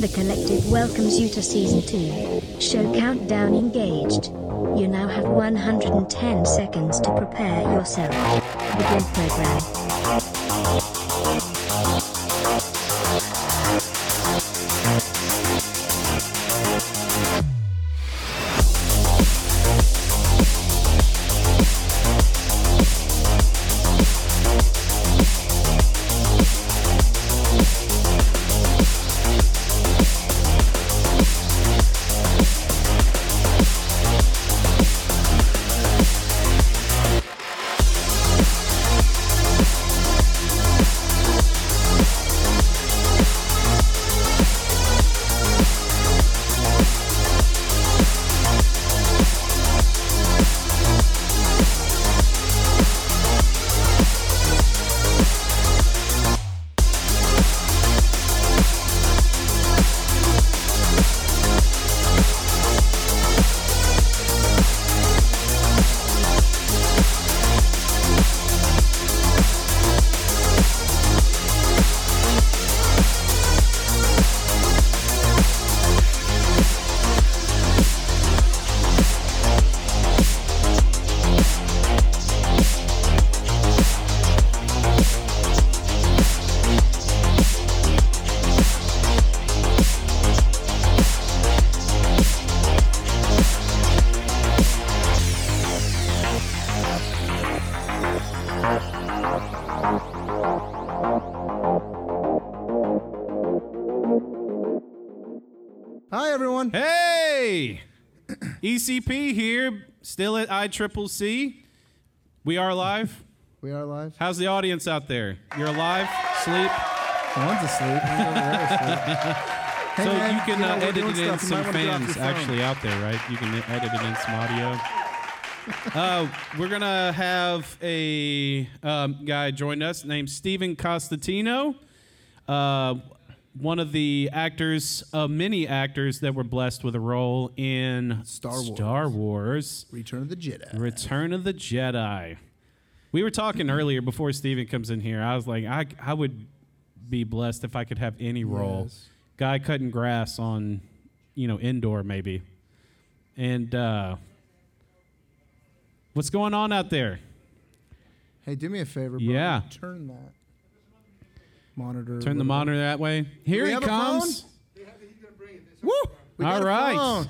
The Collective welcomes you to Season 2. Show countdown engaged. You now have 110 seconds to prepare yourself. Begin program. Hi, everyone. Hey! ECP here, still at ICCC. We are live. We are live. How's the audience out there? You're alive, sleep, One's asleep. One's over there asleep. Hey, so man, you can know, uh, we're edit doing it in stuff. You some might wanna get off fans your phone. actually out there, right? You can e, edit it in some audio. uh, we're gonna have a um, guy join us named Steven Costantino, uh, one of the actors, uh, many actors that were blessed with a role in Star Wars. Star Wars. Return of the Jedi. Return of the Jedi. We were talking earlier before Steven comes in here. I was like, I, I would be blessed if I could have any role. Yes. Guy cutting grass on, you know, indoor maybe. And uh, what's going on out there? Hey, do me a favor, bro. Yeah. Turn that monitor. Turn the monitor that way. Here we he have a comes. phone? Woo! We got All a right. phone.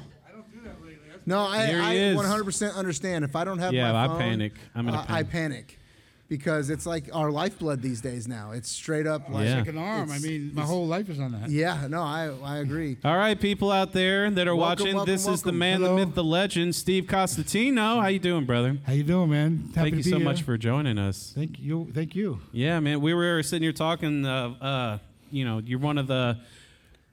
No, I, Here he I is. 100% understand. If I don't have Yeah, my I phone, panic. I'm gonna uh, I panic. panic because it's like our lifeblood these days now. It's straight up like Yeah. Like an arm. I It's- mean, my whole life is on that. Yeah, no, I I agree. All right, people out there that are Welcome, watching, welcome, this is the welcome. man, Hello. the myth, the legend, Steve Costantino. How you doing, brother? How you doing, man? Thank Happy to you be so here. much for joining us. Thank you. Thank you. Yeah, man, we were sitting here talking. Uh, uh, you know, you're one of the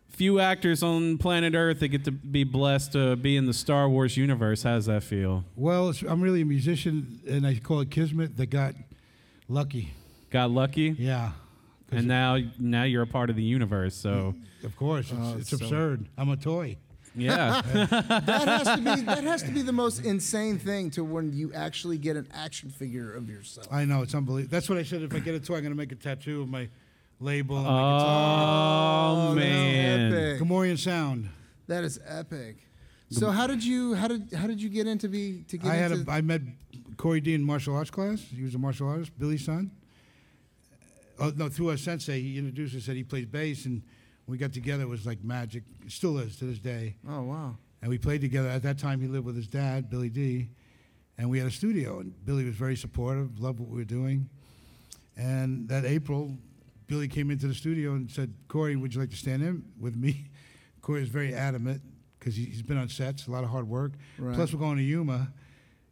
few actors on planet Earth that get to be blessed to be in the Star Wars universe. How does that feel? Well, it's, I'm really a musician, and I call it kismet. That got lucky. Got lucky, Yeah. 'Cause and now now you're a part of the universe. So of course, it's, Oh, it's so- absurd. I'm a toy. yeah, That has to be that has to be the most insane thing to when you actually get an action figure of yourself. I know it's unbelievable. That's what I said. If I get a toy, I'm gonna make a tattoo of my label. And my that's oh man, epic. guitar. Gomorian sound. That is epic. So how did you how did how did you get into be to get I had a, into I met Corey Dean in martial arts class. He was a martial artist, Billy's son. Oh no, through our sensei, he introduced us. Said he plays bass, and we got together. It was like magic. It still is to this day. Oh wow. And we played together. At that time, he lived with his dad, Billy D, and we had a studio. And Billy was very supportive, loved what we were doing. And that April, Billy came into the studio and said, "Corey, would you like to stand in with me?" Corey is very adamant because he's been on sets, a lot of hard work. Right. Plus, we're going to Yuma.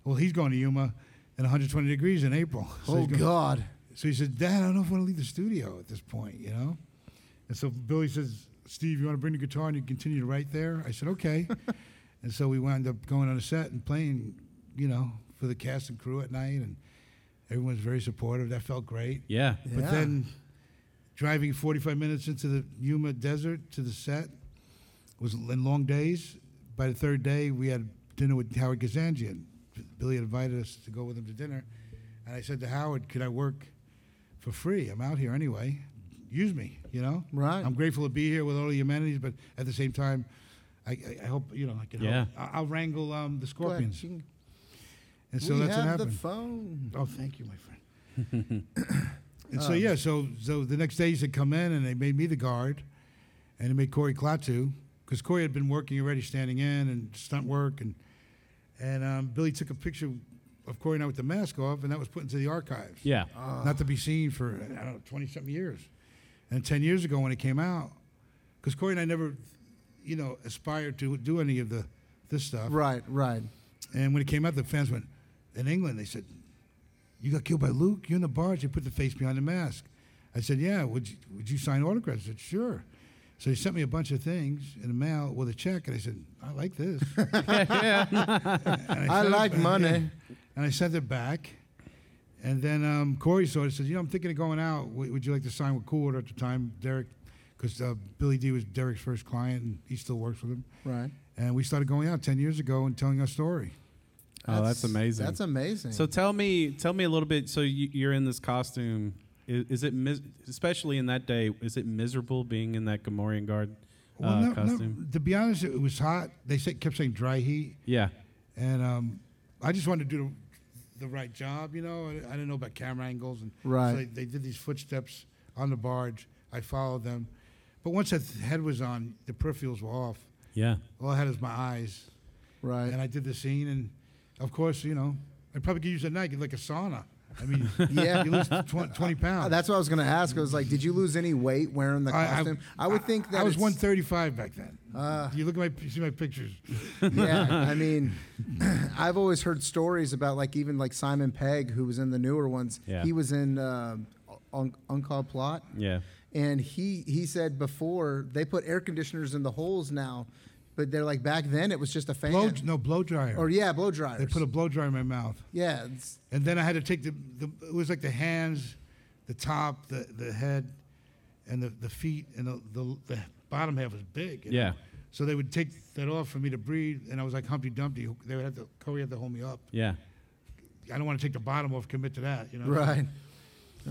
Well, he's going to Yuma in 120 degrees in April. So Oh he's gonna- god. so he said, Dad, I don't know if I want to leave the studio at this point, you know? And so Billy says, Steve, you want to bring the guitar and you continue to write there? I said, okay. and so we wound up going on a set and playing, you know, for the cast and crew at night. And everyone was very supportive. That felt great. yeah. Oh, Yeah. But then driving 45 minutes into the Yuma desert to the set was in long days. By the third day, we had dinner with Howard Kazanjian. Billy had invited us to go with him to dinner. And I said to Howard, could I work for free? I'm out here anyway. use me, you know? Right. I'm grateful to be here with all the amenities, but at the same time, I, I, I hope, you know, I can Yeah. help. I- I'll wrangle um, the Go ahead. scorpions. You can- And so we that's what have the happened. phone. Oh, thank you, my friend. and so yeah, so so the next day he said, "Come in," and they made me the guard, and they made Corey Klaatu because Corey had been working already, standing in and stunt work, and and um, Billy took a picture of Corey and I with the mask off, and that was put into the archives. Yeah. not to be seen for I don't know twenty something years, and ten years ago when it came out, because Corey and I never, you know, aspired to do any of the this stuff. Right, right. And when it came out, the fans went, in England, they said, You got killed by Luke? You're in the bars. You put the face behind the mask. I said, Yeah. Would you, would you sign autographs? I said, Sure. So he sent me a bunch of things in the mail with a check. And I said, I like this. And I sent it like back. money. And I sent it back. And then um, Corey saw it. He said, You know, I'm thinking of going out. Would, would you like to sign with Cool Order at the time, Derek? Because uh, Billy D was Derek's first client, and he still works with him. Right. And we started going out 10 years ago and telling our story. oh, that's amazing. That's amazing. So tell me, tell me a little bit. So you, you're in this costume. Is, is it, mis- especially in that day, is it miserable being in that Gamorrean guard uh, Well, no, costume? no, to be honest, it was hot. They said, kept saying dry heat, Yeah. and um, I just wanted to do the, the right job, you know. I, I didn't know about camera angles, and Right. so they, they did these footsteps on the barge. I followed them, but once that head was on, the peripherals were off. Yeah. All I had was my eyes, right. and I did the scene, and of course, you know, I probably could use a night like a sauna. I mean, Yeah. you lose tw- twenty pounds. That's what I was going to ask. I was like, did you lose any weight wearing the I- I- costume? I, would think that I was it's- Uh. 135 back then. you look at my see my pictures. yeah, I mean, I've always heard stories about like even like Simon Pegg, who was in the newer ones. Yeah. He was in um, Un- Uncalled Plot. Yeah. And he he said before they put air conditioners in the holes now, but they're like back then it was just a fan. Blow, no blow dryer. Or yeah, blow dryers. They put a blow dryer in my mouth, yeah, it's, and then I had to take the, the it was like the hands, the top, the the head, and the, the feet, and the, the the bottom half was big. you know? Yeah. So they would take that off for me to breathe, and I was like Humpty Dumpty. They would have to Corey had to hold me up. Yeah. I don't want to take the bottom off, commit to that, you know. right.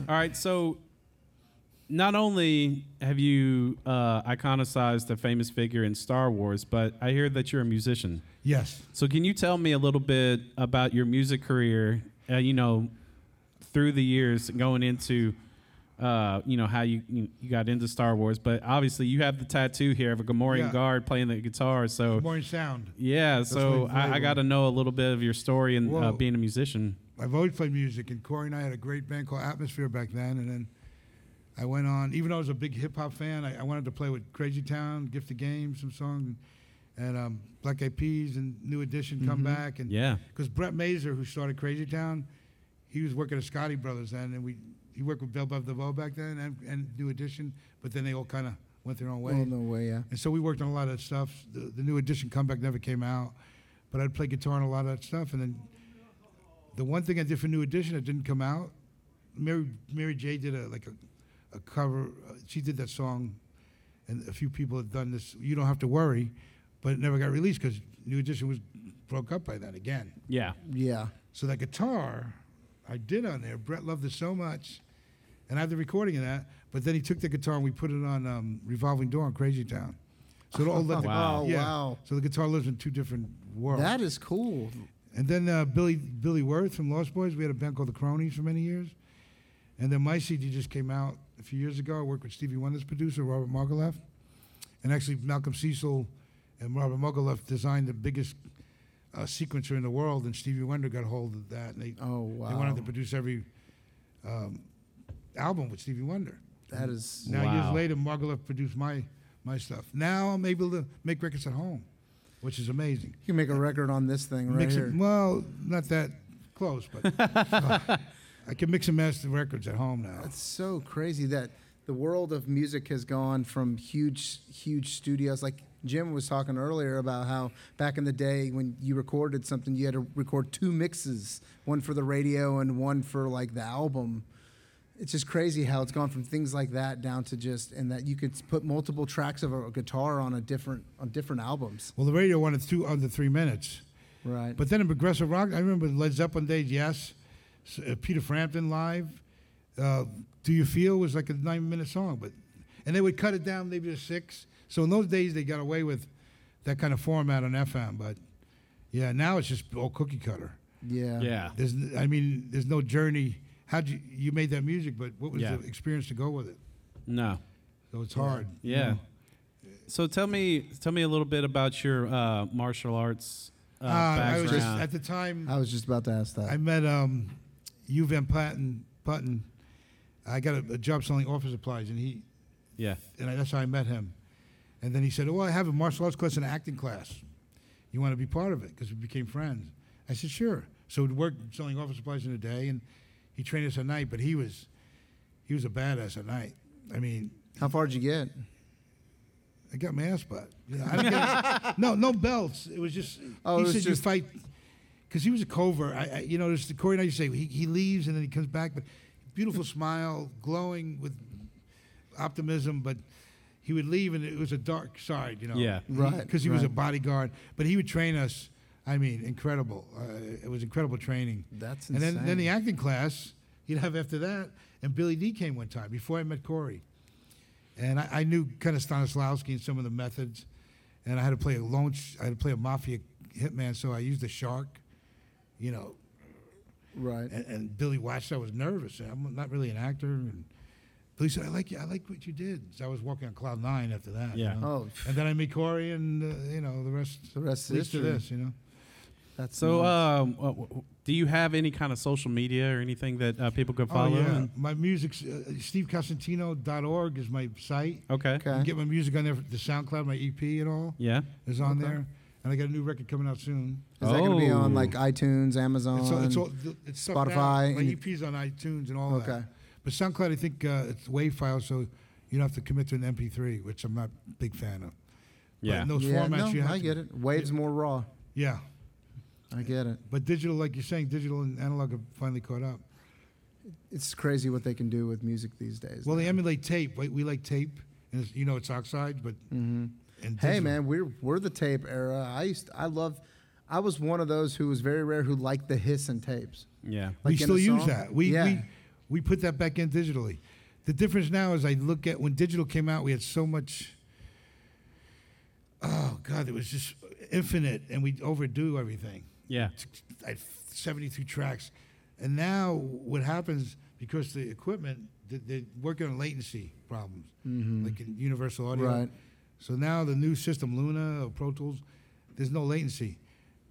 All right. So, not only have you uh, iconicized a famous figure in Star Wars, but I hear that you're a musician. Yes. So, can you tell me a little bit about your music career? Uh, you know, through the years, going into, uh, you know, how you you you got into Star Wars, but obviously you have the tattoo here of a Gamorrean Yeah. guard playing the guitar. So, Morning sound. yeah. So my I, I favorite. got to know a little bit of your story and uh, Whoa. being a musician. I've always played music, and Corey and I had a great band called Atmosphere back then. And then I went on, even though I was a big hip hop fan, I, I wanted to play with Crazy Town, Gift of Games, some songs, and, and um, Black Eyed Peas and New Edition come back. And Yeah. because Brett Mazer, who started Crazy Town, he was working at Scotty Brothers then, and we he worked with Del Bev DeVoe back then and, and New Edition, but then they all kind of went their own Oh, way. Well, no way. Yeah. And so we worked on a lot of that stuff. The, the new edition comeback never came out, but I'd play guitar on a lot of that stuff. And then the one thing I did for new edition that didn't come out, Mary Mary J did a like a, a cover. Uh, she did that song, and a few people had done this. You don't have to worry, but it never got released because new edition was broke up by then again. Yeah. Yeah. So that guitar I did on there, Brett loved it so much, and I have the recording of that. But then he took the guitar and we put it on um, Revolving Door on Crazy Town. So it all let the, Wow. Oh, yeah. wow. So the guitar lives in two different worlds. That is cool. and then uh, Billy Billy Worth from Lost Boys, we had a band called The Cronies for many years. And then my CD just came out a few years ago. I worked with Stevie Wonder's producer, Robert Margoleff. And actually, Malcolm Cecil and Robert Margoleff designed the biggest uh, sequencer in the world, and Stevie Wonder got hold of that. And they, Oh, they wow. wanted to produce every um, album with Stevie Wonder. That is. Now, Wow. years later, Margoleff produced my, my stuff. Now I'm able to make records at home, which is amazing. You can make a record on this thing right mix here. it, well, not that close, but uh, I can mix and master records at home now. It's so crazy that the world of music has gone from huge, huge studios. Like Jim was talking earlier about how back in the day when you recorded something, you had to record two mixes one for the radio and one for like the album. It's just crazy how it's gone from things like that down to just, and that you could put multiple tracks of a guitar on a different on different albums. Well, the radio wanted two under three minutes. Right. But then in progressive rock, I remember Led Zeppelin days, yes. S- uh, Peter Frampton live. Uh, Do You Feel was like a nine minute song, but and they would cut it down maybe to six. So in those days they got away with that kind of format on FM, but yeah, now it's just all cookie cutter. Yeah. Yeah. There's, n- I mean, there's no journey. How'd you you made that music, but what was Yeah. the experience to go with it? No. So it's hard. you Yeah. know. So tell me, tell me a little bit about your uh, martial arts uh, Uh, I background. was just at the time. I was just about to ask that. I met um, U Van Patten, Putton. I got a, a job selling office supplies, and he yeah. and I, that's how I met him. And then he said, "Oh, I have a martial arts class and an acting class. You want to be part of it?" Because we became friends. I said, "Sure." So we'd work selling office supplies in the day, and he trained us at night. But he was, he was a badass at night. I mean, How far did you get? I got my ass butt. You know, I didn't get- no, no belts. It was just. Oh, he it was said just- you fight because he was a covert. I, I, you know, there's the Corey and I used to say he, he leaves and then he comes back, but beautiful smile, glowing with optimism, but. He would leave, and it was a dark side, you know. Yeah. Right, Because he was a right. bodyguard, but he would train us. I mean, incredible. Uh, it was incredible training. That's And then, then insane. the acting class he'd have after that, and Billy D came one time before I met Corey. And I, I knew kind of Stanislavski and some of the methods. And I had to play a launch, I had to play a mafia hitman, so I used a shark, you know. Right. And, and Billy watched, I was nervous. and I'm not really an actor. And Billy said, I like you, I like what you did. So I was walking on cloud nine after that. you Yeah. know. Oh, And then I meet Corey and, uh, you know, the rest, The rest is leads to history. this, you know. that's So, nuts. um, uh, w- w- do you have any kind of social media or anything that uh, people can follow? Oh, yeah. And- My music's uh, stevecostantino.org is my site. okay. You Okay. can get my music on there, the SoundCloud, my EP and all Yeah. is on Okay. there. And I got a new record coming out soon. Is that going to be on Oh. like iTunes, Amazon? It's, all, it's, all, it's stuff now. Spotify, My and- EP's on iTunes and all Okay. that. But SoundCloud, I think uh, it's WAV file, so you don't have to commit to an MP3, which I'm not a big fan of. But Yeah. in those yeah, formats, no, you have I to- get it. Waves more raw. Yeah. I get it. But digital, like you're saying, digital and analog have finally caught up. It's crazy what they can do with music these days. Well, they emulate tape. We, we like tape. And it's, you know, it's oxides, but. And Mm-hmm. hey digital. man, we're we're the tape era. I used I love. I was one of those who was very rare who liked the hiss and tapes. Yeah. Like we in still a use song? that. We, Yeah. we we put that back in digitally. The difference now is I look at when digital came out, we had so much. Oh God, it was just infinite, and we overdo everything. Yeah. I had 72 tracks, and now what happens because the equipment they- they're working on latency problems, like in Universal Audio. Right. So now the new system, Luna or Pro Tools, there's no latency.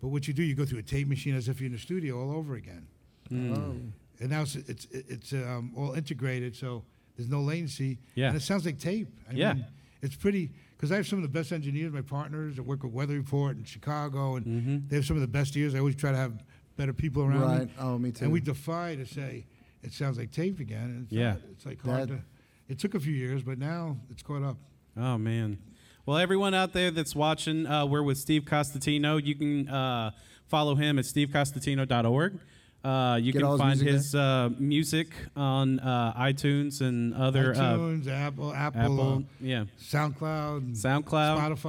But what you do, you go through a tape machine as if you're in the studio all over again and now it's it's it's um, all integrated, so there's no latency. Yeah. and it sounds like tape. I Yeah. mean, it's pretty because I have some of the best engineers, my partners that work with Weather Report in Chicago, and Mm-hmm. they have some of the best ears. I always try to have better people around. Right. Me. Oh, me too. And we defy to say it sounds like tape again. And it's Yeah. not. it's like hard That- to. It took a few years, but now it's caught up. Oh man. Well, everyone out there that's watching, uh, we're with Steve Costantino. You can uh, follow him at stevecostantino.org. Uh, you Get all can his find music his uh, music on uh, iTunes and other uh, iTunes, Apple, Apple, Apple, uh, yeah, SoundCloud, SoundCloud.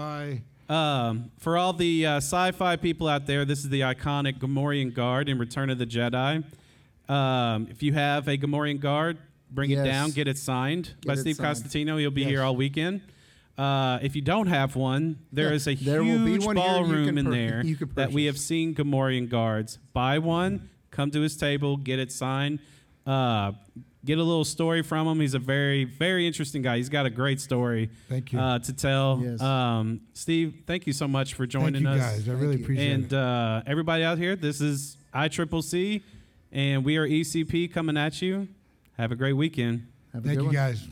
Spotify. Um, for all the uh, sci-fi people out there, this is the iconic Gamorrean guard in Return of the Jedi. Um, if you have a Gamorrean guard, bring Yes. it down, get it signed by it Steve signed. Costantino. He'll be Yes. here all weekend. Uh, if you don't have one, there is a There will be huge one here you ballroom can in pur- there you can that we have purchase. seen Gamorrean guards. Buy one, come to his table, get it signed. Uh, get a little story from him. He's a very, very interesting guy. He's got a great story Thank you. uh, to tell. Yes. Um, Steve, thank you so much for joining Thank you us. guys. I Thank really you. appreciate it. and uh, everybody out here, this is ICCC, and we are ECP coming at you. Have a great weekend. Have a Thank good you one. guys.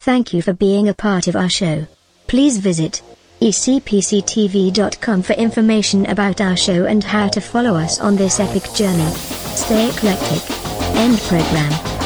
Thank you for being a part of our show. Please visit E ecpctv.com for information about our show and how to follow us on this epic journey. Stay eclectic. End program.